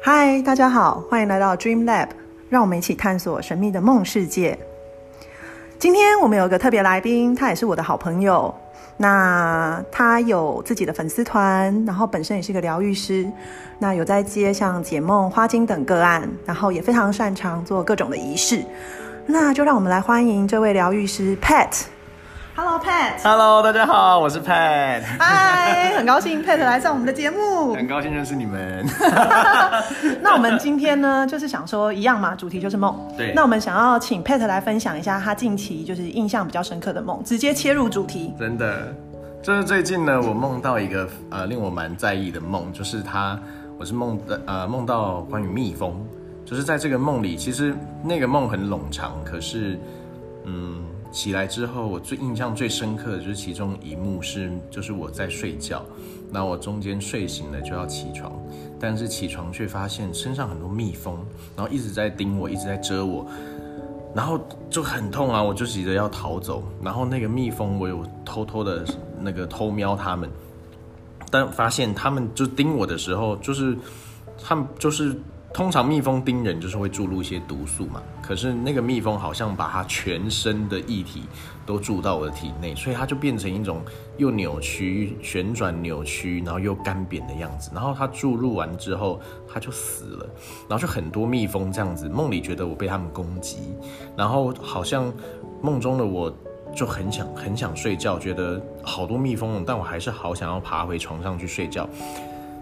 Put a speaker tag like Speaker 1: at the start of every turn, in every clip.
Speaker 1: 嗨，大家好，欢迎来到 Dream Lab，让我们一起探索神秘的梦世界。今天我们有一个特别来宾，他也是我的好朋友。那他有自己的粉丝团，然后本身也是个疗愈师，那有在接像解梦、花精等个案，然后也非常擅长做各种的仪式。那就让我们来欢迎这位疗愈师 Pat。Hello Pat，
Speaker 2: Hello，大家好，我是 Pat，
Speaker 1: 嗨，很高兴 Pat 来上我们的节目。
Speaker 2: 很高兴认识你 们。
Speaker 1: 那我们今天呢，就是想说一样嘛，主题就是梦。
Speaker 2: 对
Speaker 1: 那我们想要请 Pat 来分享一下他近期就是印象比较深刻的梦，直接切入主题。
Speaker 2: 真的，就是最近呢，我梦到一个呃令我蛮在意的梦，就是他，我是梦的呃梦到关于蜜蜂，就是在这个梦里，其实那个梦很冗长，可是嗯起来之后，我最印象最深刻的就是其中一幕是，就是我在睡觉，那我中间睡醒了就要起床，但是起床却发现身上很多蜜蜂，然后一直在叮我，一直在蛰我，然后就很痛啊，我就急着要逃走。然后那个蜜蜂，我有偷偷的那个偷瞄它们，但发现它们就叮我的时候，就是它们就是通常蜜蜂叮人就是会注入一些毒素嘛。可是那个蜜蜂好像把它全身的液体都注到我的体内，所以它就变成一种又扭曲、旋转、扭曲，然后又干扁的样子。然后它注入完之后，它就死了。然后就很多蜜蜂这样子，梦里觉得我被它们攻击，然后好像梦中的我就很想很想睡觉，觉得好多蜜蜂，但我还是好想要爬回床上去睡觉。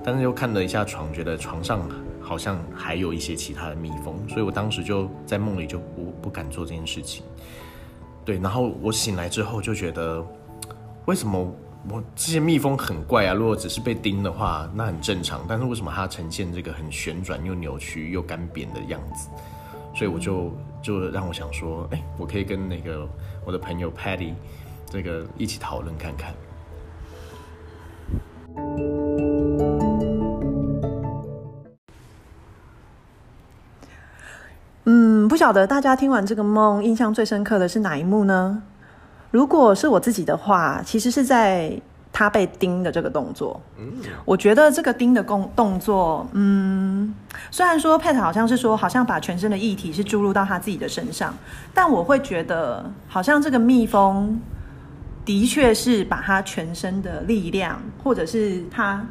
Speaker 2: 但是又看了一下床，觉得床上好像还有一些其他的蜜蜂，所以我当时就在梦里就不不敢做这件事情。对，然后我醒来之后就觉得，为什么我这些蜜蜂很怪啊？如果只是被叮的话，那很正常，但是为什么它呈现这个很旋转又扭曲又干扁的样子？所以我就就让我想说，哎、我可以跟那个我的朋友 Patty 这个一起讨论看看。
Speaker 1: 嗯，不晓得大家听完这个梦，印象最深刻的是哪一幕呢？如果是我自己的话，其实是在他被叮的这个动作。我觉得这个叮的动动作，嗯，虽然说 Pat 好像是说，好像把全身的液体是注入到他自己的身上，但我会觉得，好像这个蜜蜂的确是把他全身的力量，或者是他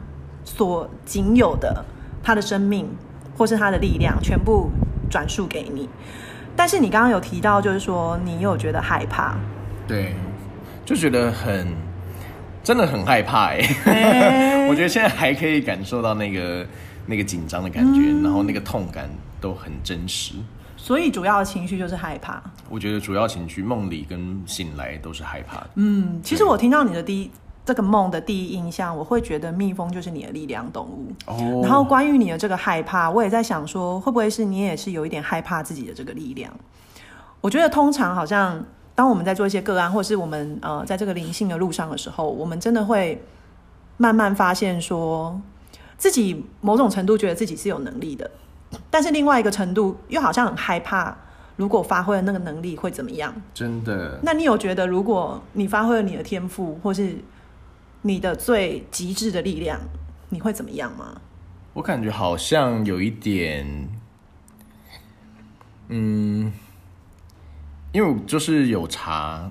Speaker 1: 所仅有的他的生命，或是他的力量，全部转述给你。但是你刚刚有提到，就是说你有觉得害怕，
Speaker 2: 对，就觉得很真的很害怕哎、
Speaker 1: 哎
Speaker 2: 我觉得现在还可以感受到那个那个紧张的感觉，然后那个痛感都很真实。
Speaker 1: 所以主要的情绪就是害怕。
Speaker 2: 我觉得主要情绪梦里跟醒来都是害怕的。
Speaker 1: 嗯，其实我听到你的第一这个梦的第一印象，我会觉得蜜蜂就是你的力量动物。
Speaker 2: 哦
Speaker 1: 然后关于你的这个害怕，我也在想说，会不会是你也是有一点害怕自己的这个力量？我觉得通常好像当我们在做一些个案，或是我们呃在这个灵性的路上的时候，我们真的会慢慢发现说，自己某种程度觉得自己是有能力的，但是另外一个程度又好像很害怕，如果发挥了那个能力会怎么样？
Speaker 2: 真的，
Speaker 1: 那你有觉得，如果你发挥了你的天赋，或是你的最极致的力量，你会怎么样吗？
Speaker 2: 我感觉好像有一点，嗯，因为我就是有查，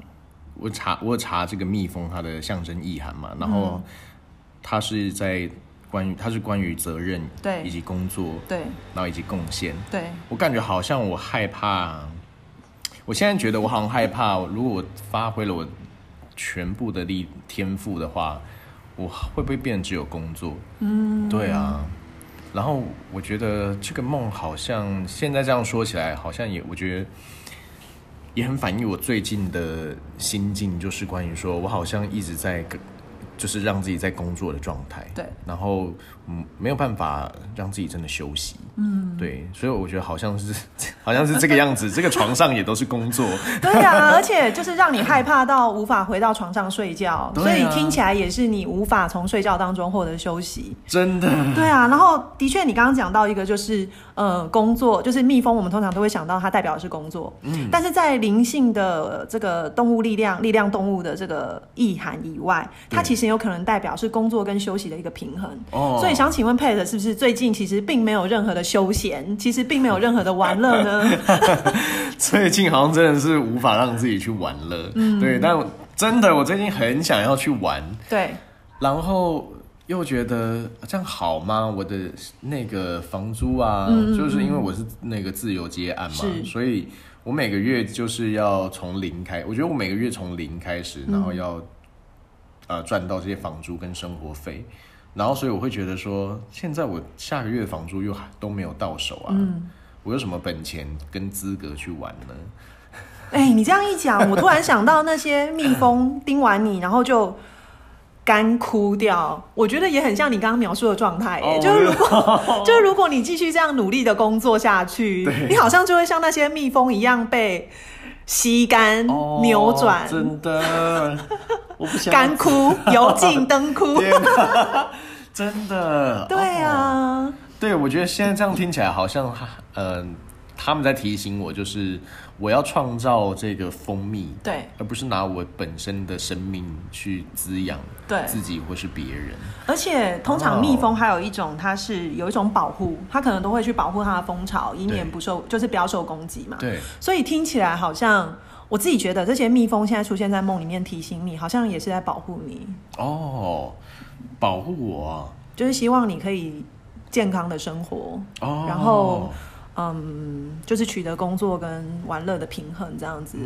Speaker 2: 我查我有查这个蜜蜂它的象征意涵嘛，然后它是在关于它是关于责任
Speaker 1: 对
Speaker 2: 以及工作，
Speaker 1: 对
Speaker 2: 然后以及贡献。
Speaker 1: 对，
Speaker 2: 我感觉好像我害怕，我现在觉得我好像害怕，如果我发挥了我全部的力天赋的话，我会不会变成只有工作？嗯，对啊。然后我觉得这个梦好像现在这样说起来，好像也我觉得也很反映我最近的心境，就是关于说我好像一直在跟就是让自己在工作的状态，
Speaker 1: 对，
Speaker 2: 然后嗯没有办法让自己真的休息，嗯，对，所以我觉得好像是 好像是这个样子， 这个床上也都是工作，
Speaker 1: 对啊，而且就是让你害怕到无法回到床上睡觉，
Speaker 2: 对啊
Speaker 1: 所以听起来也是你无法从睡觉当中获得休息。
Speaker 2: 真的，
Speaker 1: 对啊，然后的确，你刚刚讲到一个就是，呃，工作就是蜜蜂，我们通常都会想到它代表的是工作，嗯，但是在灵性的呃这个动物力量、力量动物的这个意涵以外，它
Speaker 2: 对
Speaker 1: 其实有可能代表是工作跟休息的一个平衡。
Speaker 2: 哦
Speaker 1: 所以想请问 Pet 是不是最近其实并没有任何的休闲，其实并没有任何的玩乐 呢？
Speaker 2: 最近好像真的是无法让自己去玩了。
Speaker 1: 嗯
Speaker 2: 对，但我真的我最近很想要去玩，
Speaker 1: 对，
Speaker 2: 然后又觉得这样好吗？我的那个房租啊，就是因为我是那个自由接案嘛，
Speaker 1: 嗯是
Speaker 2: 所以我每个月就是要从零开，我觉得我每个月从零开始，然后要、呃赚到这些房租跟生活费。然后，所以我会觉得说，现在我下个月的房租又还都没有到手啊，
Speaker 1: 嗯
Speaker 2: 我有什么本钱跟资格去玩呢？
Speaker 1: 哎、你这样一讲，我突然想到那些蜜蜂叮完你，然后就干枯掉，我觉得也很像你刚刚描述的状态、耶
Speaker 2: 哦
Speaker 1: 就是如 果就是如果你继续这样努力的工作下去，你好像就会像那些蜜蜂一样被吸干、
Speaker 2: 哦
Speaker 1: 扭转、
Speaker 2: 真的， 我不想
Speaker 1: 干枯、油尽灯枯。
Speaker 2: 天啊哪真的，
Speaker 1: 对
Speaker 2: 哦
Speaker 1: 啊，
Speaker 2: 对，我觉得现在这样听起来好像，呃，他们在提醒我，就是我要创造这个蜂蜜，
Speaker 1: 对
Speaker 2: 而不是拿我本身的生命去滋养
Speaker 1: 对
Speaker 2: 自己或是别人。
Speaker 1: 而且通
Speaker 2: 哦
Speaker 1: 常蜜蜂还有一种，它是有一种保护，它可能都会去保护它的蜂巢，以免
Speaker 2: 对
Speaker 1: 不受，就是不要受攻击嘛。
Speaker 2: 对，
Speaker 1: 所以听起来好像我自己觉得这些蜜蜂现在出现在梦里面提醒你，好像也是在保护你，
Speaker 2: 哦，保护我啊，
Speaker 1: 就是希望你可以健康的生活，
Speaker 2: 哦，
Speaker 1: 然后嗯，就是取得工作跟玩乐的平衡这样子。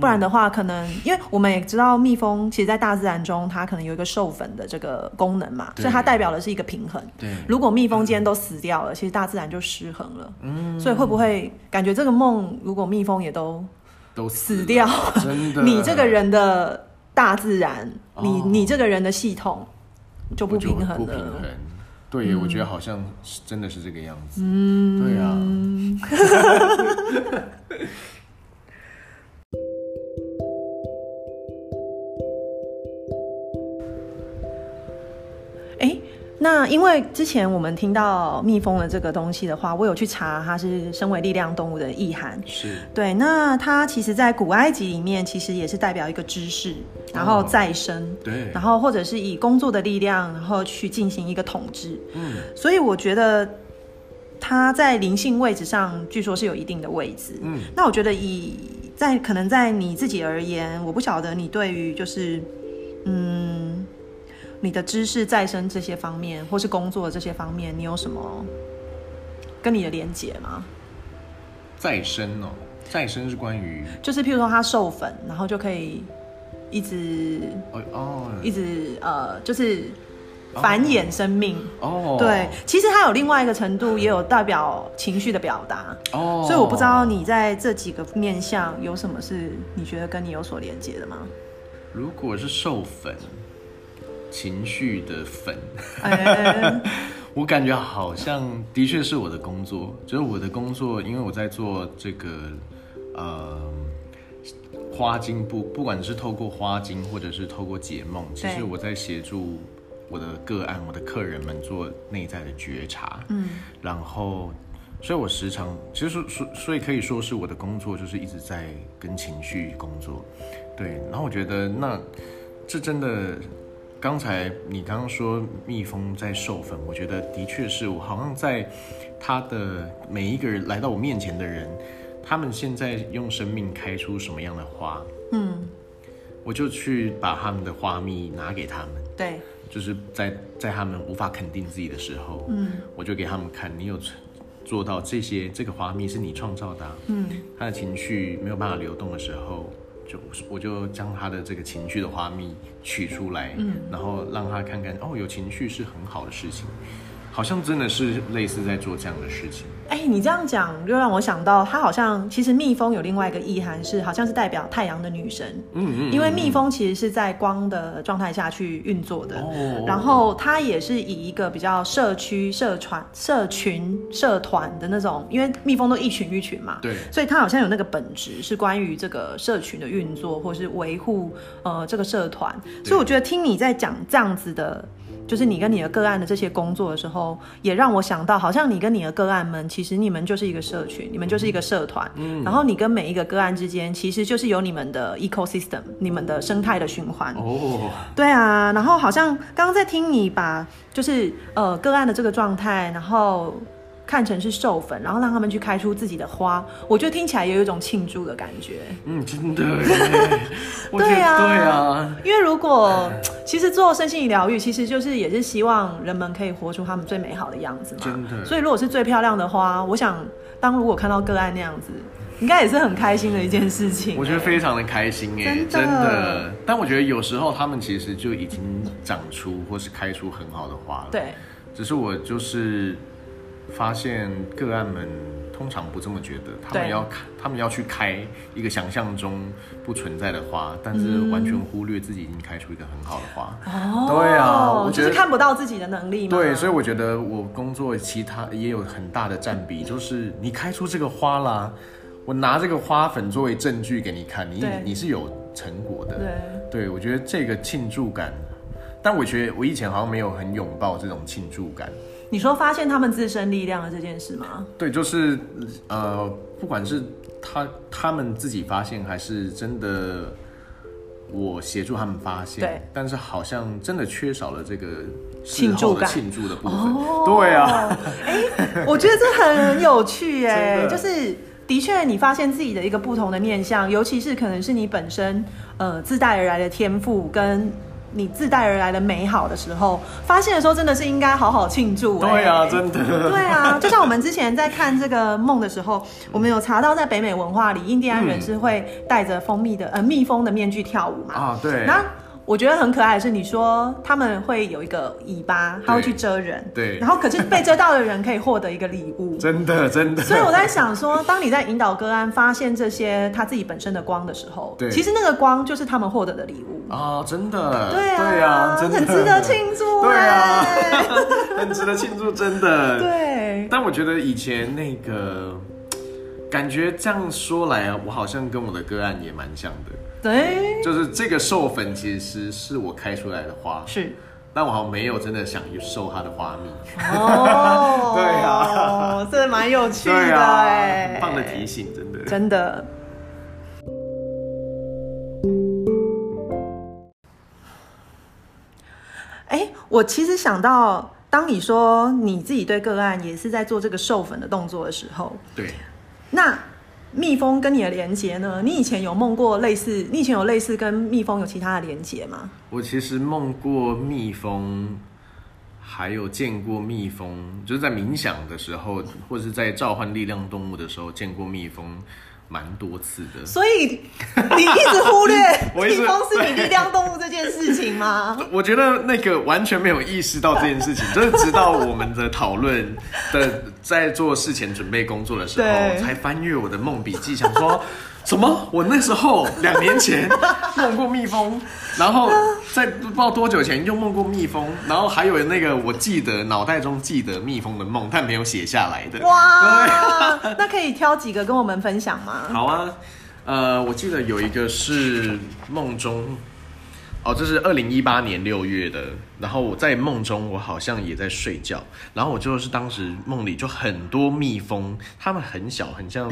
Speaker 1: 不然的话，可能因为我们也知道蜜蜂其实，在大自然中它可能有一个授粉的这个功能嘛，
Speaker 2: 对
Speaker 1: 所以它代表的是一个平衡。
Speaker 2: 对，
Speaker 1: 如果蜜蜂今天都死掉了，其实大自然就失衡了。所以会不会感觉这个梦，如果蜜蜂也都
Speaker 2: 都
Speaker 1: 死
Speaker 2: 了
Speaker 1: 掉，
Speaker 2: 真的，
Speaker 1: 你这个人的大自然，
Speaker 2: 哦
Speaker 1: 你你这个人的系统就不
Speaker 2: 我就
Speaker 1: 平衡
Speaker 2: 不平
Speaker 1: 了嗯
Speaker 2: 衡。。对，我觉得好像是真的是这个样子。嗯，对啊。
Speaker 1: 哎、那因为之前我们听到蜜蜂的这个东西的话，我有去查它是身为力量动物的意涵。
Speaker 2: 是
Speaker 1: 对，那它其实，在古埃及里面，其实也是代表一个知识，然后
Speaker 2: 哦
Speaker 1: 再生，
Speaker 2: 对
Speaker 1: 然后或者是以工作的力量，然后去进行一个统治。
Speaker 2: 嗯，
Speaker 1: 所以我觉得它在灵性位置上，据说是有一定的位置。
Speaker 2: 嗯，
Speaker 1: 那我觉得以在可能在你自己而言，我不晓得你对于就是嗯你的知识再生这些方面，或是工作这些方面，你有什么跟你的连结吗？
Speaker 2: 再生哦，再生是关于
Speaker 1: 就是譬如说它授粉，然后就可以一直
Speaker 2: 哦哦
Speaker 1: 一直呃，就是繁衍生命。
Speaker 2: 哦，
Speaker 1: 对，其实它有另外一个程度，也有代表情绪的表达，
Speaker 2: 哦，
Speaker 1: 所以我不知道你在这几个面向有什么是你觉得跟你有所连接的吗？
Speaker 2: 如果是授粉，情绪的粉，
Speaker 1: 哎，
Speaker 2: 我感觉好像的确是我的工作，就是我的工作，因为我在做这个呃花精不，不管是透过花精或者是透过解梦，其实
Speaker 1: 对
Speaker 2: 我在协助我的个案、我的客人们做内在的觉察，嗯，然后。所以，我时常其实所所以可以说是我的工作，就是一直在跟情绪工作，对。然后我觉得那这真的，刚才你刚刚说蜜蜂在授粉，我觉得的确是我好像在他的每一个人来到我面前的人，他们现在用生命开出什么样的花，
Speaker 1: 嗯，
Speaker 2: 我就去把他们的花蜜拿给他们，
Speaker 1: 对，
Speaker 2: 就是在在他们无法肯定自己的时候，嗯，我就给他们看，你有做到这些，这个花蜜是你创造的啊、
Speaker 1: 嗯，
Speaker 2: 他的情绪没有办法流动的时候，就我就将他的这个情绪的花蜜取出来，然后让他看看，哦，有情绪是很好的事情，好像真的是类似在做这样的事情，
Speaker 1: 哎，你这样讲就让我想到，它好像其实蜜蜂有另外一个意涵是，好像是代表太阳的女神，
Speaker 2: 嗯嗯，
Speaker 1: 因为蜜蜂其实是在光的状态下去运作的，
Speaker 2: 哦
Speaker 1: 然后它也是以一个比较社区、社团、社群、社团的那种，因为蜜蜂都一群一群嘛，
Speaker 2: 对
Speaker 1: 所以它好像有那个本质是关于这个社群的运作，或是维护呃这个社团。所以我觉得听你在讲这样子的就是你跟你的个案的这些工作的时候，也让我想到，好像你跟你的个案们，其实你们就是一个社群，你们就是一个社团，然后你跟每一个个案之间，其实就是有你们的 ecosystem，你们的生态的循环。
Speaker 2: 哦，
Speaker 1: 对啊，然后好像刚刚在听你把就是呃个案的这个状态，然后看成是授粉，然后让他们去开出自己的花，我觉得听起来也有一种庆祝的感觉。
Speaker 2: 嗯，真的耶，我觉得
Speaker 1: 对啊
Speaker 2: 对啊，
Speaker 1: 因为如果其实做身心灵疗愈，其实就是也是希望人们可以活出他们最美好的样子嘛。
Speaker 2: 真的
Speaker 1: 所以如果是最漂亮的花，我想当如果看到个案那样子，应该也是很开心的一件事情、
Speaker 2: 我觉得非常的开心哎、
Speaker 1: 真的
Speaker 2: 真的。但我觉得有时候他们其实就已经长出或是开出很好的花了。，
Speaker 1: 对，
Speaker 2: 只是我就是发现个案们通常不这么觉得，他们
Speaker 1: 对
Speaker 2: 要开，他们要去开一个想象中不存在的花，但是完全忽略自己已经开出一个很好的花。
Speaker 1: 嗯哦
Speaker 2: 对啊我觉
Speaker 1: 就
Speaker 2: 得
Speaker 1: 是看不到自己的能力嘛。
Speaker 2: 对，所以我觉得我工作其他也有很大的占比，就是你开出这个花啦，我拿这个花粉作为证据给你看，你
Speaker 1: 对
Speaker 2: 你是有成果的。
Speaker 1: 对
Speaker 2: 对，我觉得这个庆祝感，但我觉得我以前好像没有很拥抱这种庆祝感。
Speaker 1: 你说发现他们自身力量的这件事吗？
Speaker 2: 对，就是呃，不管是他他们自己发现，还是真的我协助他们发现
Speaker 1: 对，
Speaker 2: 但是好像真的缺少了这个事
Speaker 1: 庆祝
Speaker 2: 后的
Speaker 1: 感哦
Speaker 2: 庆祝的部分。对啊，，
Speaker 1: 哎，我觉得这很有趣哎、
Speaker 2: 真
Speaker 1: 就
Speaker 2: 的
Speaker 1: 是的确你发现自己的一个不同的面相，尤其是可能是你本身呃自带而来的天赋跟。你自带而来的美好的时候，发现的时候真的是应该好好庆祝、哎
Speaker 2: 对啊，真的。
Speaker 1: 对啊，就像我们之前在看这个梦的时候，我们有查到在北美文化里，印第安人是会戴着蜂蜜的呃蜜蜂的面具跳舞嘛。
Speaker 2: 啊，对，
Speaker 1: 那我觉得很可爱的是，你说他们会有一个尾巴，他会去遮人，
Speaker 2: 对。
Speaker 1: 然后可是被遮到的人可以获得一个礼物
Speaker 2: 真的真的，
Speaker 1: 所以我在想说，当你在引导个案发现这些他自己本身的光的时候，
Speaker 2: 对
Speaker 1: 其实那个光就是他们获得的礼物。
Speaker 2: 啊，真的，
Speaker 1: 对啊，
Speaker 2: 对啊，真的
Speaker 1: 很值得庆祝、
Speaker 2: 对啊
Speaker 1: 哎
Speaker 2: 很值得庆祝，真的。
Speaker 1: 对，
Speaker 2: 但我觉得以前那个感觉这样说来啊，我好像跟我的个案也蛮像的，
Speaker 1: 对，
Speaker 2: 就是这个授粉其实是我开出来的花，
Speaker 1: 是。
Speaker 2: 但我好像没有真的想去授它的花 蜜。
Speaker 1: 哦
Speaker 2: 对 啊，
Speaker 1: 这蛮有趣的
Speaker 2: 对啊，
Speaker 1: 哎、
Speaker 2: 很棒的提醒，真的。
Speaker 1: 真的。哎、我其实想到，当你说你自己对个案也是在做这个授粉的动作的时候，
Speaker 2: 对，
Speaker 1: 那蜜蜂跟你的连接呢？你以前有梦过类似？你以前有类似跟蜜蜂有其他的连接吗？
Speaker 2: 我其实梦过蜜蜂，还有见过蜜蜂，就是在冥想的时候，或是在召唤力量动物的时候见过蜜蜂，蛮多次的。
Speaker 1: 所以你一直忽略
Speaker 2: 我一直
Speaker 1: 蜜蜂是你力量动物这件事情吗？
Speaker 2: 我觉得那个完全没有意识到这件 事情，就是直到我们的讨论的在做事前准备工作的时候，
Speaker 1: 对
Speaker 2: 才翻阅我的梦笔记，想说 什么？我那时候两年前梦过 蜜蜂，然后在不知道多久前又梦过蜜蜂，然后还有那个我记得脑袋中记得蜜蜂的梦，但没有写下来的。
Speaker 1: 哇，那可以挑几个跟我们分享吗？
Speaker 2: 好啊，呃，我记得有一个是梦中，哦，这是二零一八年六月的，然后我在梦中，我好像也在睡觉，然后我就是当时梦里就很多蜜蜂，它们很小，很像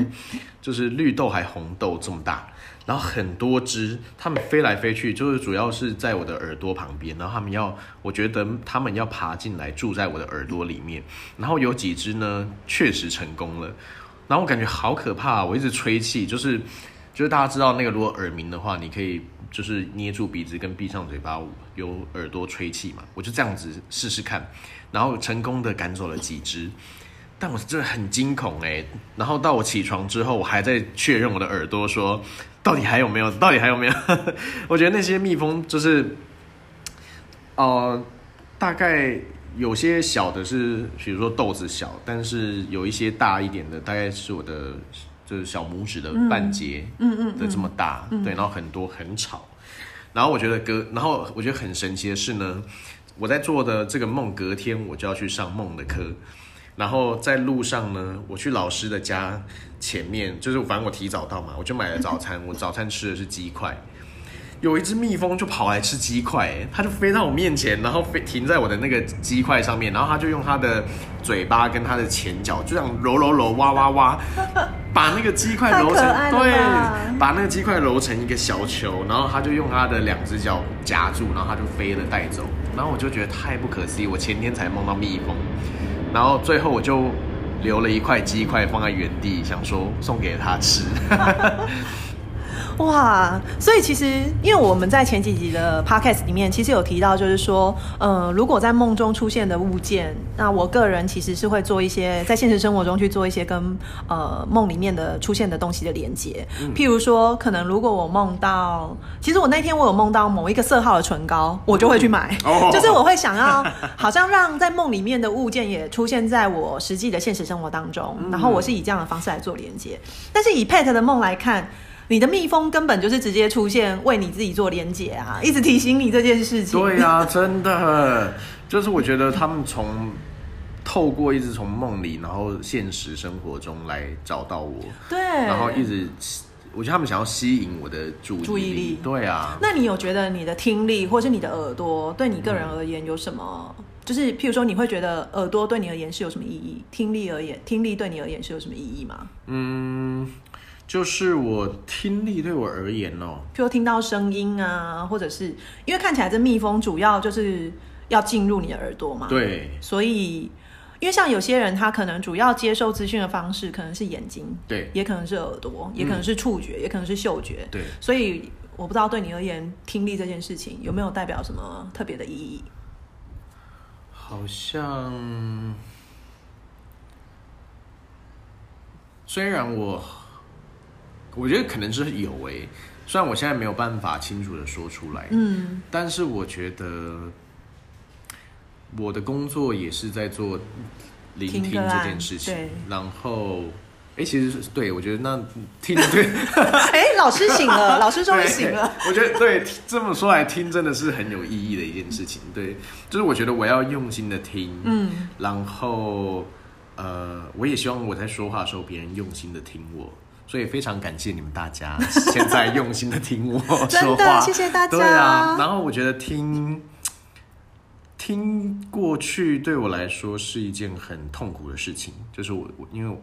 Speaker 2: 就是绿豆还红豆这么大。然后很多只，它们飞来飞去，就是主要是在我的耳朵旁边。然后它们要，我觉得它们要爬进来，住在我的耳朵里面。然后有几只呢，确实成功了。然后我感觉好可怕啊、我一直吹气，就是就是大家知道那个如果耳鸣的话，你可以就是捏住鼻子跟闭上嘴巴，由耳朵吹气嘛，我就这样子试试看，然后成功的赶走了几只。但我真的很惊恐哎、然后到我起床之后，我还在确认我的耳朵说，到底还有没有？到底还有没有？ 我觉得那些蜜蜂就是，呃，大概有些小的是，比如说豆子小，但是有一些大一点的，大概是我的就是小拇指的半截，嗯嗯的这么大，对，然后很多很吵，然后我觉得隔，然后我觉得很神奇的是呢，我在做的这个梦，隔天我就要去上梦的课，然后在路上呢，我去老师的家前面，就是反正我提早到嘛，我就买了早餐，我早餐吃的是鸡块。有一只蜜蜂就跑来吃鸡块，哎它就飞到我面前，然后飞停在我的那个鸡块上面，然后它就用它的嘴巴跟它的前脚就这样揉揉揉、挖挖 挖，把那个鸡块揉成
Speaker 1: 太可爱
Speaker 2: 对
Speaker 1: 了吧，
Speaker 2: 把那个鸡块揉成一个小球，然后它就用它的两只脚夹住，然后它就飞了带走。然后我就觉得太不可思议，我前天才梦到蜜蜂，然后最后我就留了一块鸡块放在原地，想说送给它吃。
Speaker 1: 哇，所以其实因为我们在前几集的 podcast 里面，其实有提到，就是说，呃，如果在梦中出现的物件，那我个人其实是会做一些在现实生活中去做一些跟呃梦里面的出现的东西的连接。譬如说，可能如果我梦到，其实我那天我有梦到某一个色号的唇膏，我就会去买，
Speaker 2: 哦
Speaker 1: 就是我会想要，好像让在梦里面的物件也出现在我实际的现实生活当中，
Speaker 2: 嗯
Speaker 1: 然后我是以这样的方式来做连接。但是以 Pet 的梦来看，你的蜜蜂根本就是直接出现为你自己做连接啊，一直提醒你这件事情。
Speaker 2: 嗯对呀、真的，就是我觉得他们从透过一直从梦里，然后现实生活中来找到我，
Speaker 1: 对，
Speaker 2: 然后一直，我觉得他们想要吸引我的注意
Speaker 1: 注意力
Speaker 2: 对啊，
Speaker 1: 那你有觉得你的听力或是你的耳朵对你个人而言有什么？
Speaker 2: 嗯
Speaker 1: 就是譬如说，你会觉得耳朵对你而言是有什么意义？听力而言，听力对你而言是有什么意义吗？
Speaker 2: 嗯，就是我听力对我而言哦，
Speaker 1: 譬如听到声音啊，或者是因为看起来这蜜蜂主要就是要进入你的耳朵嘛，，
Speaker 2: 对
Speaker 1: 所以因为像有些人他可能主要接受资讯的方式可能是眼睛，
Speaker 2: 对
Speaker 1: 也可能是耳朵，也可能是触觉，也可能是嗅觉，
Speaker 2: 对，
Speaker 1: 所以我不知道对你而言，听力这件事情有没有代表什么特别的意义？
Speaker 2: 好像虽然我我觉得可能是有诶、虽然我现在没有办法清楚的说出来，
Speaker 1: 嗯，
Speaker 2: 但是我觉得我的工作也是在做聆
Speaker 1: 听
Speaker 2: 听
Speaker 1: 个
Speaker 2: 这
Speaker 1: 案
Speaker 2: 件事情
Speaker 1: 对，
Speaker 2: 然后。哎、其实是对我觉得那听对，
Speaker 1: 哎、老师醒 了，老师终于醒了。
Speaker 2: 对。我觉得对，这么说来听真的是很有意义的一件事情。对，就是我觉得我要用心的听，
Speaker 1: 嗯，
Speaker 2: 然后呃，我也希望我在说话的时候别人用心的听我。所以非常感谢你们大家现在用心的听我
Speaker 1: 真
Speaker 2: 说
Speaker 1: 的
Speaker 2: 话，
Speaker 1: 谢谢大家
Speaker 2: 对啊，然后我觉得听听过去对我来说是一件很痛苦的事情，就是我我因为我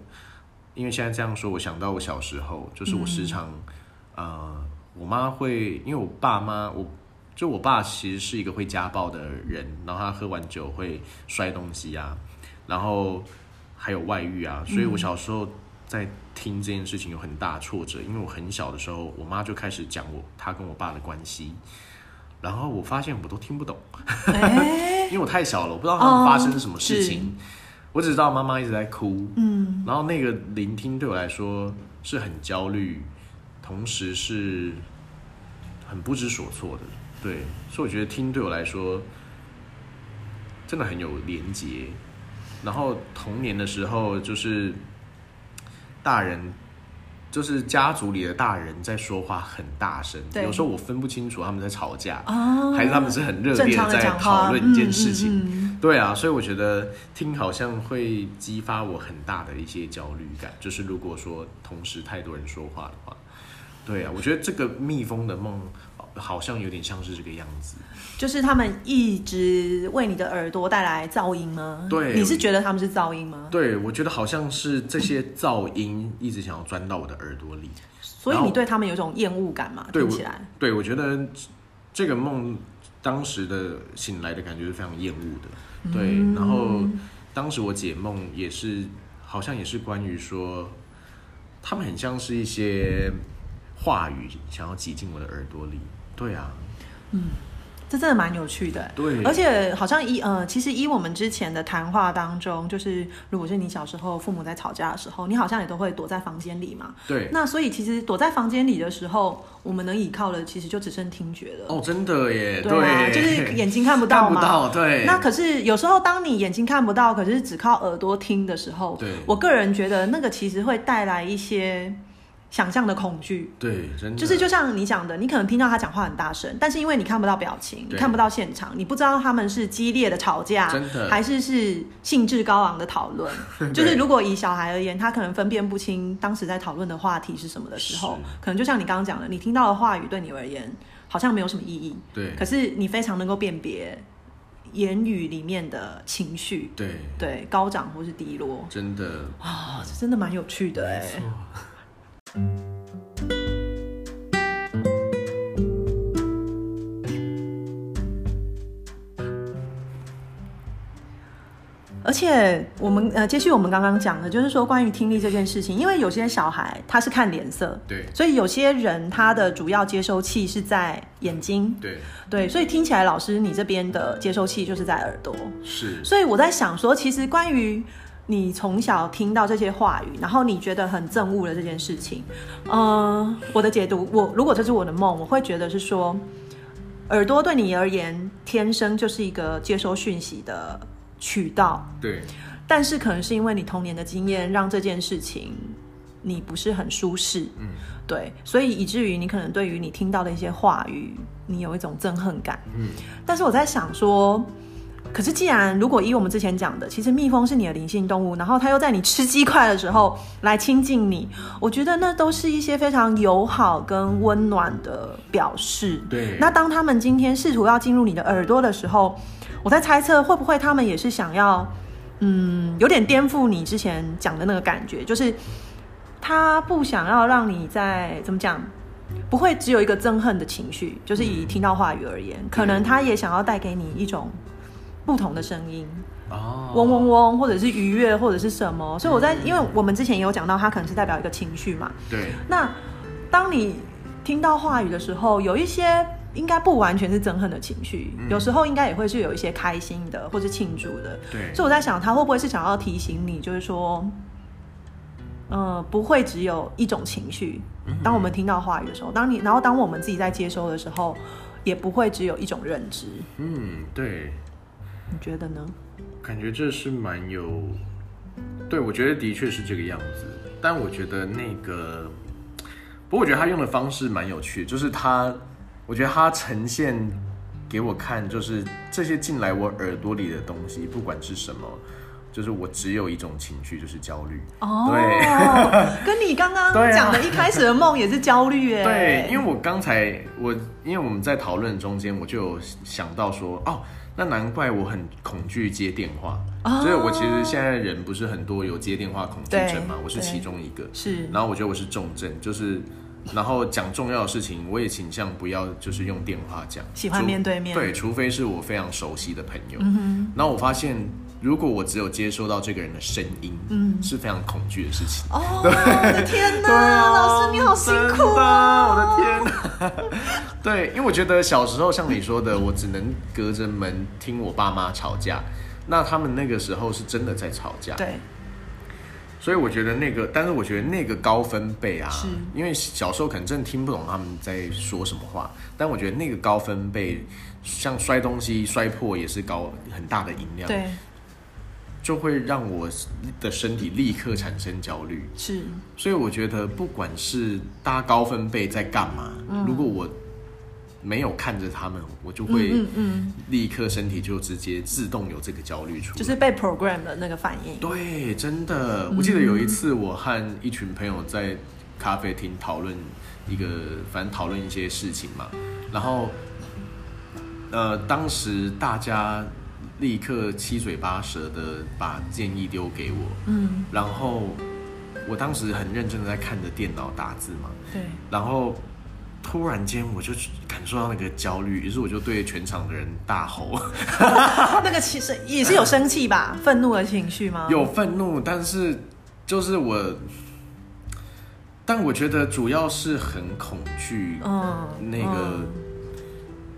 Speaker 2: 因为现在这样说，我想到我小时候，就是我时常、
Speaker 1: 嗯
Speaker 2: 呃，我妈会因为我爸妈我。就我爸其实是一个会家暴的人，然后他喝完酒会摔东西啊，然后还有外遇啊，
Speaker 1: 嗯
Speaker 2: 所以我小时候在听这件事情有很大的挫折，因为我很小的时候，我妈就开始讲我她跟我爸的关系，然后我发现我都听不懂，
Speaker 1: 哎、
Speaker 2: 因为我太小了，我不知道他们发生什么
Speaker 1: 哦
Speaker 2: 事情，我只知道妈妈一直在哭，
Speaker 1: 嗯，
Speaker 2: 然后那个聆听对我来说是很焦虑，同时是很不知所措的。对，所以我觉得听对我来说真的很有连结。然后童年的时候，就是大人，就是家族里的大人在说话很大声，
Speaker 1: 对
Speaker 2: 有时候我分不清楚他们在吵架，
Speaker 1: 啊
Speaker 2: 还是他们是很热
Speaker 1: 正
Speaker 2: 烈
Speaker 1: 常
Speaker 2: 的
Speaker 1: 的
Speaker 2: 在
Speaker 1: 讲话
Speaker 2: 讨论一件事情。
Speaker 1: 嗯嗯嗯
Speaker 2: 对啊，所以我觉得听好像会激发我很大的一些焦虑感，就是如果说同时太多人说话的话，对啊，我觉得这个蜜蜂的梦呃好像有点像是这个样子。
Speaker 1: 就是他们一直为你的耳朵带来噪音吗？
Speaker 2: 对
Speaker 1: 你是觉得他们是噪音吗？
Speaker 2: 对，我觉得好像是这些噪音一直想要钻到我的耳朵里。
Speaker 1: 所以你对他们有一种厌恶感嘛？
Speaker 2: 对
Speaker 1: 听
Speaker 2: 我
Speaker 1: 起来，
Speaker 2: 对，我觉得这个梦当时的醒来的感觉是非常厌恶的。对，
Speaker 1: 嗯
Speaker 2: 然后当时我解梦也是，好像也是关于说，他们很像是一些话语想要挤进我的耳朵里。对啊，
Speaker 1: 这真的蛮有趣的。欸
Speaker 2: 对，
Speaker 1: 而且好像依呃，其实依我们之前的谈话当中，就是如果是你小时候父母在吵架的时候，你好像也都会躲在房间里嘛。
Speaker 2: 对
Speaker 1: 那所以其实躲在房间里的时候，我们能依靠的其实就只剩听觉了。
Speaker 2: 哦，真的耶，
Speaker 1: 对啊，就是 眼睛看不到
Speaker 2: 看不
Speaker 1: 嘛。
Speaker 2: 到，对，
Speaker 1: 那可是有时候，当你眼睛看不到，可是只靠耳朵听的时候，
Speaker 2: 对
Speaker 1: 我个人觉得那个其实会带来一些想象的恐惧。
Speaker 2: 对，真的
Speaker 1: 就是就像你讲的，你可能听到他讲话很大声，但是因为你看不到表情，你
Speaker 2: 对
Speaker 1: 看不到现场，你不知道他们是激烈的吵架
Speaker 2: 真，的
Speaker 1: 还是是兴致高昂的讨论。就是如果以小孩而言，他可能分辨不清当时在讨论的话题是什么的时候
Speaker 2: 是，
Speaker 1: 可能就像你刚刚讲的，你听到的话语对你而言。好像没有什么意义，
Speaker 2: 对
Speaker 1: 可是你非常能够辨别言语里面的情绪，
Speaker 2: 对，
Speaker 1: 对高涨或是低落
Speaker 2: 真的
Speaker 1: 啊、这真的蛮有趣的哎。而且我们呃，接续我们刚刚讲的，就是说关于听力这件事情，因为有些小孩他是看脸色，
Speaker 2: 对
Speaker 1: 所以有些人他的主要接收器是在眼睛，
Speaker 2: 对
Speaker 1: 对，所以听起来老师你这边的接收器就是在耳朵，
Speaker 2: 是，
Speaker 1: 所以我在想说，其实关于你从小听到这些话语，然后你觉得很憎恶的这件事情，呃，我的解读，我如果这是我的梦，我会觉得是说，耳朵对你而言天生就是一个接收讯息的渠道，
Speaker 2: 对
Speaker 1: 但是可能是因为你童年的经验，让这件事情你不是很舒适，
Speaker 2: 嗯，
Speaker 1: 对，所以以至于你可能对于你听到的一些话语，你有一种憎恨感，
Speaker 2: 嗯，
Speaker 1: 但是我在想说。可是，既然如果以我们之前讲的，其实蜜蜂是你的灵性动物，然后它又在你吃鸡块的时候来亲近你，我觉得那都是一些非常友好跟温暖的表示。
Speaker 2: 对
Speaker 1: 那当他们今天试图要进入你的耳朵的时候，我在猜测会不会他们也是想要，嗯，有点颠覆你之前讲的那个感觉，就是他不想要让你在怎么讲，不会只有一个憎恨的情绪，就是以听到话语而言，可能他也想要带给你一种不同的声音，
Speaker 2: 哦，
Speaker 1: 嗡嗡嗡，或者是愉悦，或者是什么。所以我在，因为我们之前也有讲到，它可能是代表一个情绪嘛，
Speaker 2: 对
Speaker 1: 那当你听到话语的时候，有一些应该不完全是憎恨的情绪，
Speaker 2: 嗯
Speaker 1: 有时候应该也会是有一些开心的或是庆祝的。
Speaker 2: 对
Speaker 1: 所以我在想，他会不会是想要提醒你，就是说，呃，不会只有一种情绪。
Speaker 2: 嗯
Speaker 1: 当我们听到话语的时候，当你然后当我们自己在接收的时候，也不会只有一种认知。
Speaker 2: 嗯对，
Speaker 1: 你觉得呢？
Speaker 2: 感觉这是蛮有，对我觉得的确是这个样子，但我觉得那个，不过我觉得他用的方式蛮有趣，就是他，我觉得他呈现给我看，就是这些进来我耳朵里的东西，不管是什么，就是我只有一种情绪，就是焦虑。
Speaker 1: 哦，跟你刚刚
Speaker 2: 对啊
Speaker 1: 讲的一开始的梦也是焦虑哎、
Speaker 2: 对，因为我刚才我因为我们在讨论中间，我就有想到说，哦，那难怪我很恐惧接电话，
Speaker 1: 哦
Speaker 2: 所以我其实现在人不是很多有接电话恐惧症嘛
Speaker 1: 对，
Speaker 2: 我是其中一个。
Speaker 1: 是
Speaker 2: 然后我觉得我是重症，就是然后讲重要的事情，我也倾向不要就是用电话讲，
Speaker 1: 喜欢
Speaker 2: 除
Speaker 1: 面对面嗯
Speaker 2: 对，除非是我非常熟悉的朋友。然后我发现，如果我只有接收到这个人的声音，嗯，是非常恐惧的事情。
Speaker 1: 哦，我的天哪，老师你好辛苦
Speaker 2: 啊真的
Speaker 1: 哦！
Speaker 2: 我的天哪！ 对，因为我觉得小时候像你说的，我只能隔着门听我爸妈吵架，那他们那个时候是真的在吵架。
Speaker 1: 对，
Speaker 2: 所以我觉得那个，但是我觉得那个高分贝啊
Speaker 1: 是，
Speaker 2: 因为小时候可能真的听不懂他们在说什么话，但我觉得那个高分贝，像摔东西摔破也是高很大的音量，
Speaker 1: 对，
Speaker 2: 就会让我的身体立刻产生焦虑。
Speaker 1: 是，
Speaker 2: 所以我觉得不管是大家高分贝在干嘛，
Speaker 1: 嗯
Speaker 2: 如果我没有看着他们，我就会
Speaker 1: 嗯嗯，
Speaker 2: 立刻身体就直接自动有这个焦虑出来。
Speaker 1: 就是被 program 的那个反应。
Speaker 2: 对，真的，我记得有一次我和一群朋友在咖啡厅讨论一个，反正讨论一些事情嘛，然后，呃，当时大家立刻七嘴八舌的把建议丢给我，
Speaker 1: 嗯，
Speaker 2: 然后我当时很认真的在看着电脑打字嘛，
Speaker 1: 对，
Speaker 2: 然后突然间我就感受到那个焦虑，于是我就对全场的人大吼。
Speaker 1: 那个其实也是有生气吧，愤怒的情绪吗？
Speaker 2: 有愤怒，但是就是我，但我觉得主要是很恐惧，
Speaker 1: 嗯，
Speaker 2: 那个
Speaker 1: 嗯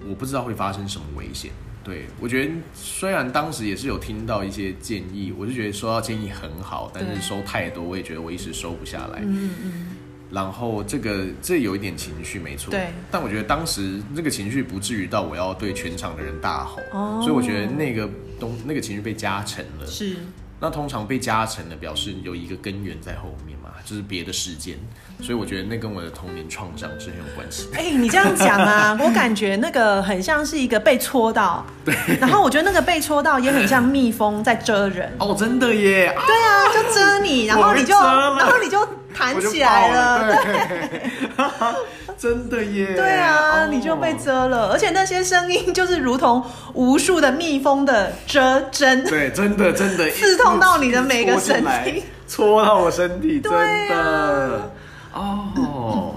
Speaker 2: 我不知道会发生什么危险。对我觉得虽然当时也是有听到一些建议，我就觉得收到建议很好，但
Speaker 1: 对
Speaker 2: 是收太多，我也觉得我一时收不下来。
Speaker 1: 嗯嗯，
Speaker 2: 然后这个这有一点情绪没错，
Speaker 1: 对
Speaker 2: 但我觉得当时那个情绪不至于到我要对全场的人大吼，
Speaker 1: 哦
Speaker 2: 所以我觉得那个东那个情绪被加成了。
Speaker 1: 是，
Speaker 2: 那通常被加成的表示有一个根源在后面嘛，就是别的事件，所以我觉得那跟我的童年创伤是很有关系的。
Speaker 1: 哎、你这样讲 啊，我感觉那个很像是一个被戳到，对，然后我觉得那个被戳到也很像蜜蜂在蛰人，
Speaker 2: 哦，真的耶，啊
Speaker 1: 对啊，就蛰你，然
Speaker 2: 我
Speaker 1: 后
Speaker 2: 被
Speaker 1: 你就，
Speaker 2: 蛰了
Speaker 1: 然后你就弹起来了，
Speaker 2: 我就爆了，对， 真的耶！
Speaker 1: 对啊，
Speaker 2: 哦
Speaker 1: 你就被蛰了，而且那些声音就是如同无数的蜜蜂的蛰针，
Speaker 2: 对，真的真的
Speaker 1: 刺痛到你的每个神经，
Speaker 2: 一路戳进来戳到我身体，真
Speaker 1: 对啊
Speaker 2: 的。哦，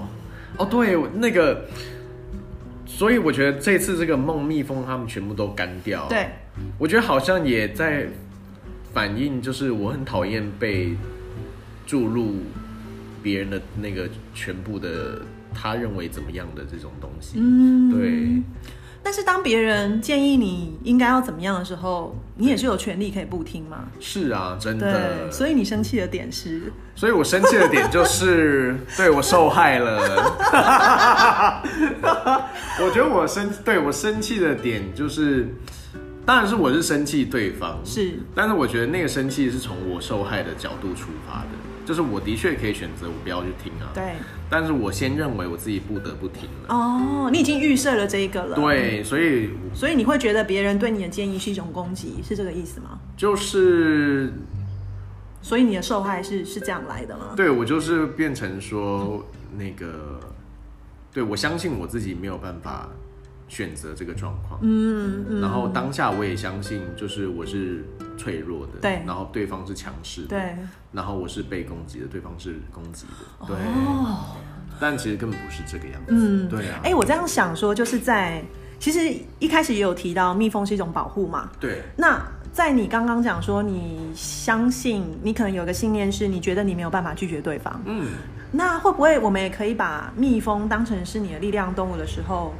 Speaker 2: 哦，对，我那个，所以我觉得这次这个梦蜜蜂他们全部都干掉。
Speaker 1: 对，
Speaker 2: 我觉得好像也在反映，就是我很讨厌被注入别人的那个全部的他认为怎么样的这种东西。
Speaker 1: 嗯，
Speaker 2: 对。
Speaker 1: 但是当别人建议你应该要怎么样的时候，你也是有权利可以不听嘛。
Speaker 2: 是啊，真
Speaker 1: 对，
Speaker 2: 的。
Speaker 1: 所以你生气的点是，
Speaker 2: 所以我生气的点就是，对我受害 了。我觉得我生对我生气的点就是，当然是我是生气对方，
Speaker 1: 是，
Speaker 2: 但是我觉得那个生气是从我受害的角度出发的，就是我的确可以选择我不要去听啊，
Speaker 1: 对，
Speaker 2: 但是我先认为我自己不得不听了，
Speaker 1: 哦，你已经预设了这一个了，，
Speaker 2: 对，所以
Speaker 1: 所以你会觉得别人对你的建议是一种攻击，是这个意思吗？
Speaker 2: 就是
Speaker 1: 所以你的受害是是这样来的吗？
Speaker 2: 对我就是变成说那个，对我相信我自己没有办法选择这个状况，
Speaker 1: 嗯嗯，
Speaker 2: 然后当下我也相信，就是我是脆弱的，
Speaker 1: 对
Speaker 2: 然后对方是强势的，
Speaker 1: 对，
Speaker 2: 然后我是被攻击的，对方是攻击的，对，
Speaker 1: 哦，
Speaker 2: 但其实根本不是这个样子，
Speaker 1: 嗯
Speaker 2: 对啊，
Speaker 1: 哎、我这样想说，就是在其实一开始也有提到，蜜蜂是一种保护嘛，
Speaker 2: 对，
Speaker 1: 那在你刚刚讲说，你相信你可能有个信念是，你觉得你没有办法拒绝对方。
Speaker 2: 嗯，
Speaker 1: 那会不会我们也可以把蜜蜂当成是你的力量动物的时候，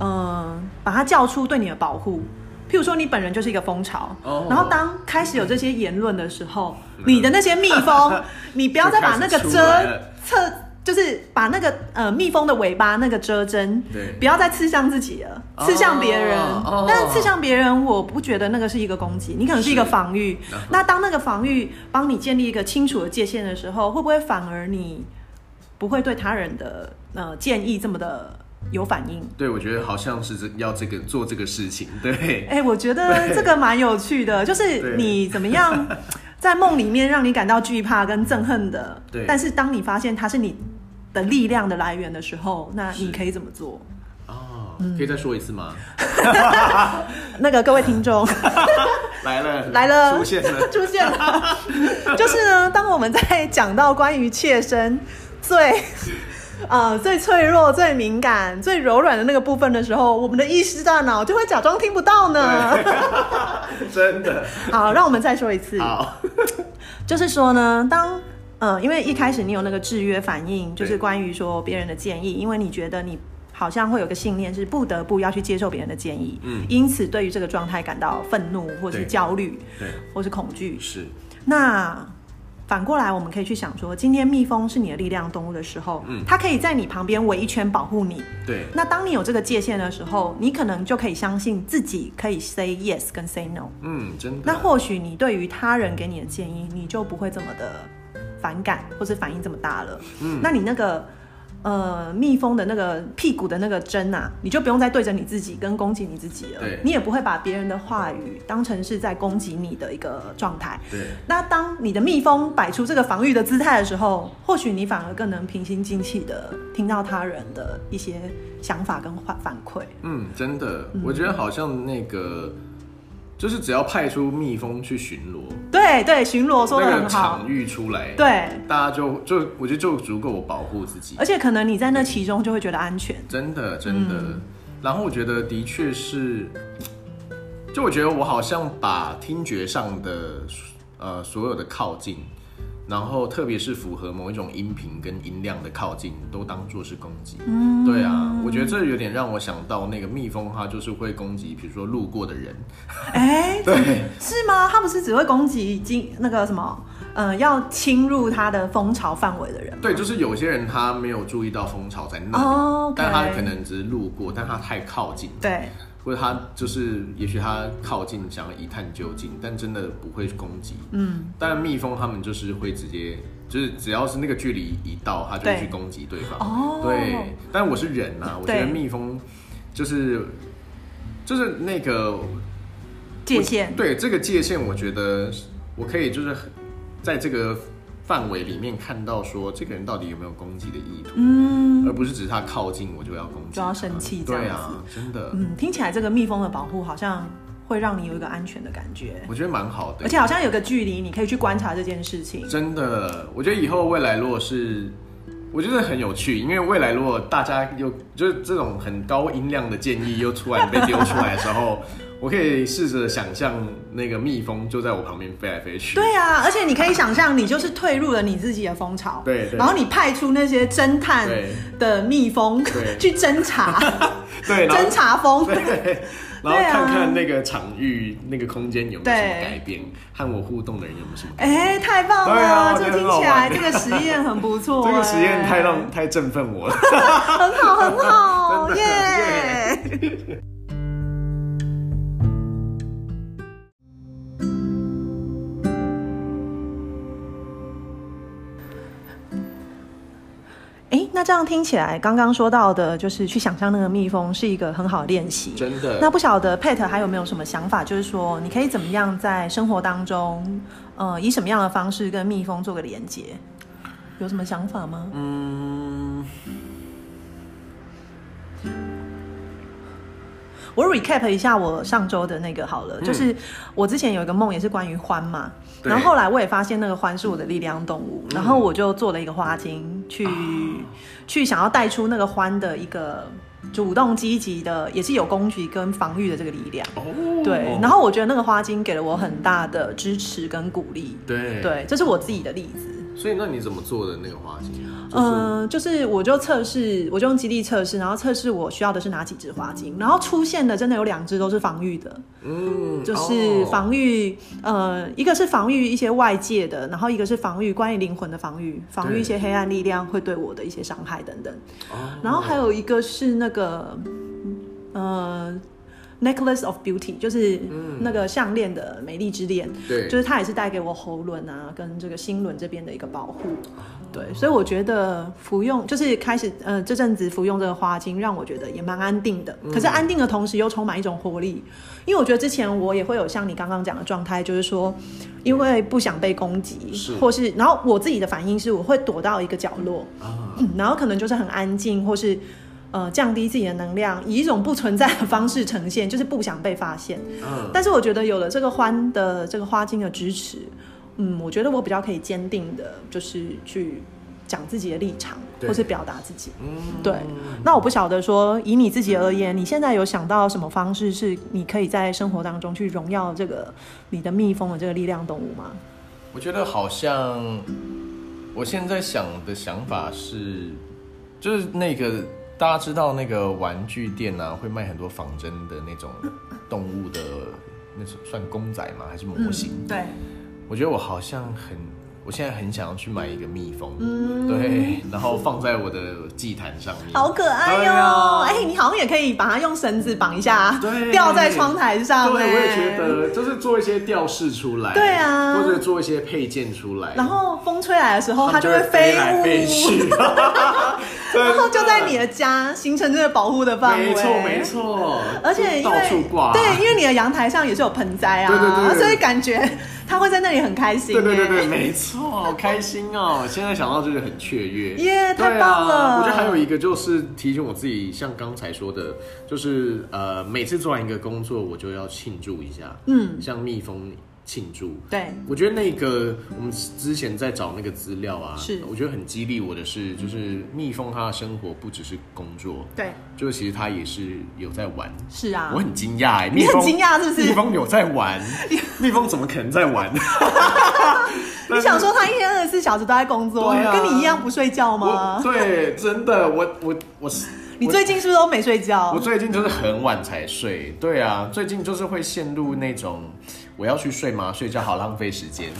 Speaker 1: 嗯、把它叫出对你的保护？譬如说，你本人就是一个蜂巢
Speaker 2: 哦
Speaker 1: 然后当开始有这些言论的时候，你的那些蜜 蜂，你不要再把那个
Speaker 2: 就开始出来
Speaker 1: 遮
Speaker 2: 了
Speaker 1: 侧，就是把那个呃蜜蜂的尾巴那个遮针，
Speaker 2: 对
Speaker 1: 不要再刺向自己了，刺向别人。
Speaker 2: 哦哦
Speaker 1: 但是刺向别人，我不觉得那个是一个攻击，你可能是一个
Speaker 2: 是
Speaker 1: 防御。那当那个防御帮你建立一个清楚的界限的时候，会不会反而你不会对他人的呃建议这么的有反应？
Speaker 2: 对，我觉得好像是这要这个做这个事情，对，
Speaker 1: 哎、我觉得这个蛮有趣的，就是
Speaker 2: 对
Speaker 1: 你怎么样在梦里面让你感到惧怕跟憎恨的，
Speaker 2: 对
Speaker 1: 但是当你发现它是你的力量的来源的时候，那你可以怎么做？
Speaker 2: 哦，
Speaker 1: 嗯
Speaker 2: 可以再说一次吗？
Speaker 1: 那个各位听 众
Speaker 2: 来了，
Speaker 1: 来了，
Speaker 2: 出现了，
Speaker 1: 出现了。就是呢，当我们在讲到关于切身最。 呃，最脆弱、最敏感、最柔软的那个部分的时候，我们的意识大脑就会假装听不到呢。
Speaker 2: 真的，
Speaker 1: 好，让我们再说一次。
Speaker 2: 好，
Speaker 1: 就是说呢，当呃，因为一开始你有那个制约反应，就是
Speaker 2: 对
Speaker 1: 关于说别人的建议，因为你觉得你好像会有个信念是不得不要去接受别人的建议，
Speaker 2: 嗯
Speaker 1: 因此对于这个状态感到愤怒或是
Speaker 2: 对
Speaker 1: 焦虑
Speaker 2: 对，
Speaker 1: 或是恐惧。
Speaker 2: 是，
Speaker 1: 那反过来，我们可以去想说，今天蜜蜂是你的力量动物的时候，
Speaker 2: 嗯
Speaker 1: 它可以在你旁边围一圈保护你。
Speaker 2: 对，
Speaker 1: 那当你有这个界限的时候，你可能就可以相信自己可以 say yes 跟 say no。
Speaker 2: 嗯，真
Speaker 1: 那
Speaker 2: 的，
Speaker 1: 或许你对于他人给你的建议，你就不会这么的反感，或是反应这么大了。嗯，那你那个呃蜜蜂的那个屁股的那个针啊，你就不用再对着你自己跟攻击你自己了
Speaker 2: 对。
Speaker 1: 你也不会把别人的话语当成是在攻击你的一个状态。
Speaker 2: 对，
Speaker 1: 那当你的蜜蜂摆出这个防御的姿态的时候，或许你反而更能平心静气的听到他人的一些想法跟反反馈。
Speaker 2: 嗯，真的，我觉得好像那个，就是只要派出蜜蜂去巡逻，
Speaker 1: 对对，巡逻说的
Speaker 2: 那
Speaker 1: 很
Speaker 2: 个
Speaker 1: 好。
Speaker 2: 场域出来，，
Speaker 1: 对，
Speaker 2: 大家就就我觉得就足够我保护自己
Speaker 1: 而，且可能你在那其中就会觉得安全。
Speaker 2: 真的真的。然后我觉得的确是，就我觉得我好像把听觉上的呃所有的靠近，然后特别是符合某一种音频跟音量的靠近，都当做是攻击。嗯，对啊，我觉得这有点让我想到那个蜜蜂，它就是会攻击，比如说路过的人。
Speaker 1: 哎、
Speaker 2: 对，
Speaker 1: 是吗？他不是只会攻击经那个什么，嗯、要侵入他的蜂巢范围的人吗
Speaker 2: 对，就是有些人他没有注意到蜂巢在那里，
Speaker 1: 哦，
Speaker 2: 但他可能只是路过，但他太靠近，
Speaker 1: 对
Speaker 2: 或者他就是也许他靠近想要一探究竟，但真的不会攻击。嗯，但蜜蜂他们就是会直接，就是只要是那个距离一到，他就会
Speaker 1: 对
Speaker 2: 去攻击对方。
Speaker 1: 哦
Speaker 2: 对，但我是人啊，我觉得
Speaker 1: 对
Speaker 2: 蜜蜂就是就是那个
Speaker 1: 界限
Speaker 2: 对这个界限，我觉得我可以就是很在这个范围里面看到说这个人到底有没有攻击的意图，嗯，而不是只是他靠近我就要攻击
Speaker 1: 就
Speaker 2: 他，
Speaker 1: 要生气这样
Speaker 2: 对啊，真的，
Speaker 1: 嗯，听起来这个蜜蜂的保护好像会让你有一个安全的感觉，
Speaker 2: 我觉得蛮好的，
Speaker 1: 而且好像有个距离，你可以去观察这件事情。
Speaker 2: 真的，我觉得以后未来如果是，我觉得很有趣，因为未来如果大家有就是这种很高音量的建议又突然被丢出来的时 候，我可以试着想象那个蜜蜂就在我旁边飞来飞去。
Speaker 1: 对啊，而且你可以想象，你就是退入了你自己的蜂巢，
Speaker 2: 对对
Speaker 1: 然后你派出那些侦探
Speaker 2: 对
Speaker 1: 的蜜蜂
Speaker 2: 对
Speaker 1: 去侦查，
Speaker 2: 对，然后
Speaker 1: 侦查蜂，
Speaker 2: 对，然后
Speaker 1: 对啊
Speaker 2: 看看那个场域、那个空间有没有什么
Speaker 1: 对
Speaker 2: 改变，和我互动的人有没有什么改变。
Speaker 1: 哎、太棒
Speaker 2: 对
Speaker 1: 了！
Speaker 2: 啊
Speaker 1: 这
Speaker 2: 我觉
Speaker 1: 听
Speaker 2: 得很好
Speaker 1: 起来
Speaker 2: 玩
Speaker 1: 这个实验很不错、
Speaker 2: 这个实验太
Speaker 1: 哎
Speaker 2: 让太振奋我 了。
Speaker 1: 很好，很好，
Speaker 2: 真的
Speaker 1: 耶！哎，那这样听起来，刚刚说到的就是去想象那个蜜蜂是一个很好的练习。
Speaker 2: 真的
Speaker 1: 那不晓得 Pet 还有没有什么想法？就是说，你可以怎么样在生活当中，呃，以什么样的方式跟蜜蜂做个连接？有什么想法吗？
Speaker 2: 嗯，
Speaker 1: 我 recap 一下我上周的那个好了，就是我之前有一个梦也是关于獾嘛，
Speaker 2: 嗯对嗯
Speaker 1: 然后后来我也发现那个獾是我的力量动物，然后我就做了一个花精
Speaker 2: 啊
Speaker 1: 去、去想要带出那个獾的一个主动积极的，也是有攻击跟防御的这个力量。
Speaker 2: 哦
Speaker 1: 对，然后我觉得那个花精给了我很大的支持跟鼓励，
Speaker 2: 对，
Speaker 1: 对，这是我自己的例子。
Speaker 2: 所以那你怎么做的那个花精？就是
Speaker 1: 嗯，就是我就测试，我就用基地测试，然后测试我需要的是哪几只花精，然后出现的真的有两只都是防御的，
Speaker 2: 嗯，
Speaker 1: 就是
Speaker 2: 哦
Speaker 1: 防御，呃，一个是防御一些外界的，然后一个是防御关于灵魂的防御，防御一些黑暗力量会对我的一些伤害等等，
Speaker 2: 哦
Speaker 1: 然后还有一个是那个，呃。Necklace of Beauty 就是那个项链的美丽之恋，
Speaker 2: 对
Speaker 1: 就，是它也是带给我喉轮啊跟这个心轮这边的一个保护，对，所以我觉得服用就是开始呃这阵子服用这个花精，让我觉得也蛮安定的。
Speaker 2: 嗯
Speaker 1: 可是安定的同时又充满一种活力，因为我觉得之前我也会有像你刚刚讲的状态，就是说因为不想被攻击，
Speaker 2: 是
Speaker 1: 或是然后我自己的反应是我会躲到一个角落，
Speaker 2: 啊，
Speaker 1: 嗯然后可能就是很安静，或是呃降低自己的能量，以一种不存在的方式呈现，就是不想被发现。
Speaker 2: 嗯，
Speaker 1: 但是我觉得有了这个欢的这个花精的支持，嗯，我觉得我比较可以坚定的，就是去讲自己的立场，
Speaker 2: 对
Speaker 1: 或是表达自己。
Speaker 2: 嗯
Speaker 1: 对，那我不晓得说，以你自己而言，你现在有想到什么方式是你可以在生活当中去荣耀这个你的蜜蜂的这个力量动物吗？
Speaker 2: 我觉得好像我现在想的想法是，就是那个大家知道那个玩具店啊，会卖很多仿真的那种动物的，那是算公仔吗？还是模型？
Speaker 1: 对，
Speaker 2: 我觉得我好像很，我现在很想要去买一个蜜蜂，
Speaker 1: 嗯
Speaker 2: 对，然后放在我的祭坛上面。
Speaker 1: 好可爱
Speaker 2: 对
Speaker 1: 哟、
Speaker 2: 啊
Speaker 1: 哎、你好像也可以把它用绳子绑一下啊
Speaker 2: 对，
Speaker 1: 吊在窗台上、
Speaker 2: 对，我也
Speaker 1: 哎
Speaker 2: 觉。得，就是做一些吊饰出来，
Speaker 1: 对啊
Speaker 2: 或者做一些配件出来，
Speaker 1: 然后风吹来的时哦候，它
Speaker 2: 们
Speaker 1: 就
Speaker 2: 会
Speaker 1: 会飞舞，
Speaker 2: 来飞 去，然
Speaker 1: 然后就在你的家形成这个保护的范围。
Speaker 2: 没错没。错，
Speaker 1: 而且因
Speaker 2: 到处
Speaker 1: 为
Speaker 2: 挂，
Speaker 1: 对，因为你的阳台上也是有盆栽啊，
Speaker 2: 对对对对
Speaker 1: 所以感觉它会在那里很开心。
Speaker 2: 对对对对，。没错，好开心哦！现在想到就是很雀跃，
Speaker 1: 耶
Speaker 2: 对啊
Speaker 1: 太棒了
Speaker 2: 我觉得还有一个就是提醒我自己，像刚才说的，就是呃，每次做完一个工作，我就要庆祝一下，
Speaker 1: 嗯，
Speaker 2: 像蜜蜂庆祝。
Speaker 1: 对，
Speaker 2: 我觉得那个我们之前在找那个资料啊，
Speaker 1: 是
Speaker 2: 我觉得很激励我的是，就是蜜蜂它的生活不只是工作，
Speaker 1: 对，
Speaker 2: 就是其实它也是有在玩。
Speaker 1: 是啊
Speaker 2: 我。很惊讶哎，
Speaker 1: 你
Speaker 2: 蜜
Speaker 1: 很
Speaker 2: 蜂
Speaker 1: 惊讶是不是
Speaker 2: 蜜蜂有在 玩，蜜蜂怎么可能在玩？
Speaker 1: 你想说它一天二十四小时都在工作，
Speaker 2: 对啊
Speaker 1: 跟你一样不睡觉
Speaker 2: 我
Speaker 1: 吗？
Speaker 2: 对，真的，我我我是
Speaker 1: 你最近是不是都没睡
Speaker 2: 我
Speaker 1: 觉
Speaker 2: 我？最近就是很晚才睡，对啊，最近就是会陷入那种我要去睡吗？睡觉好浪费时间，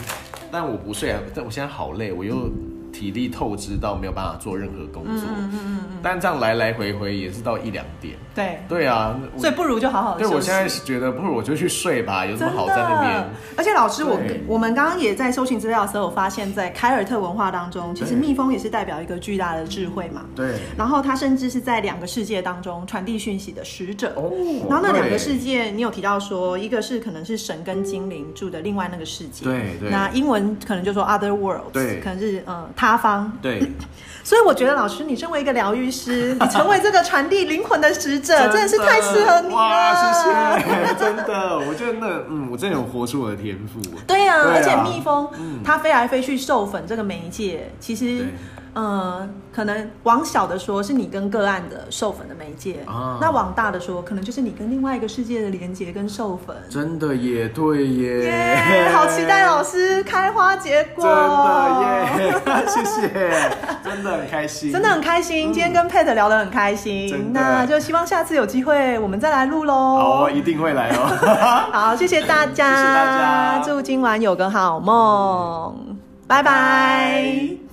Speaker 2: 但我不睡啊，但我现在好累，我又体力透支到没有办法做任何工作，
Speaker 1: 嗯
Speaker 2: 但这样来来回回也是到一两点。
Speaker 1: 对，
Speaker 2: 对啊，我
Speaker 1: 所以不如就好好的休
Speaker 2: 对
Speaker 1: 息。
Speaker 2: 我现在是觉得，不如我就去睡吧，有什么好在那边？
Speaker 1: 而且老师，我
Speaker 2: 对
Speaker 1: 我们刚刚也在搜寻资料的时候，有发现，在凯尔特文化当中，其实
Speaker 2: 对
Speaker 1: 蜜蜂也是代表一个巨大的智慧嘛。
Speaker 2: 对，
Speaker 1: 然后它甚至是在两个世界当中传递讯息的使者。
Speaker 2: 哦，
Speaker 1: 然后那两个
Speaker 2: 对
Speaker 1: 世界，你有提到说，一个是可能是神跟精灵住的另外那个世界，
Speaker 2: 对对
Speaker 1: 那英文可能就说 other worlds，
Speaker 2: 对
Speaker 1: 可能是呃他方。
Speaker 2: 对，
Speaker 1: 所以我觉得老师，你身为一个疗愈师， 你成为这个传递灵魂的使者，真的是太适合你了。
Speaker 2: 哇，谢谢， 真的，我觉得那嗯，我真的有活出我的天赋。
Speaker 1: 对啊，
Speaker 2: 对啊嗯
Speaker 1: 而且蜜蜂、它飞来飞去授粉这个媒介，其实
Speaker 2: 对，
Speaker 1: 呃，可能往小的说是你跟个案的授粉的媒介，
Speaker 2: 啊
Speaker 1: 那往大的说，可能就是你跟另外一个世界的连接跟授粉。
Speaker 2: 真的也对耶
Speaker 1: 耶好期待老师开花结果，
Speaker 2: 真的耶， 谢谢，真的很开心，
Speaker 1: 真的很开心，今天跟 Pat 聊得很开心
Speaker 2: 嗯真，的
Speaker 1: 那就希望下次有机会我们再来录喽。
Speaker 2: 好哦，一定会来哦。
Speaker 1: 好，谢谢大家，
Speaker 2: 谢谢大家
Speaker 1: 祝今晚有个好梦，拜拜。
Speaker 2: 拜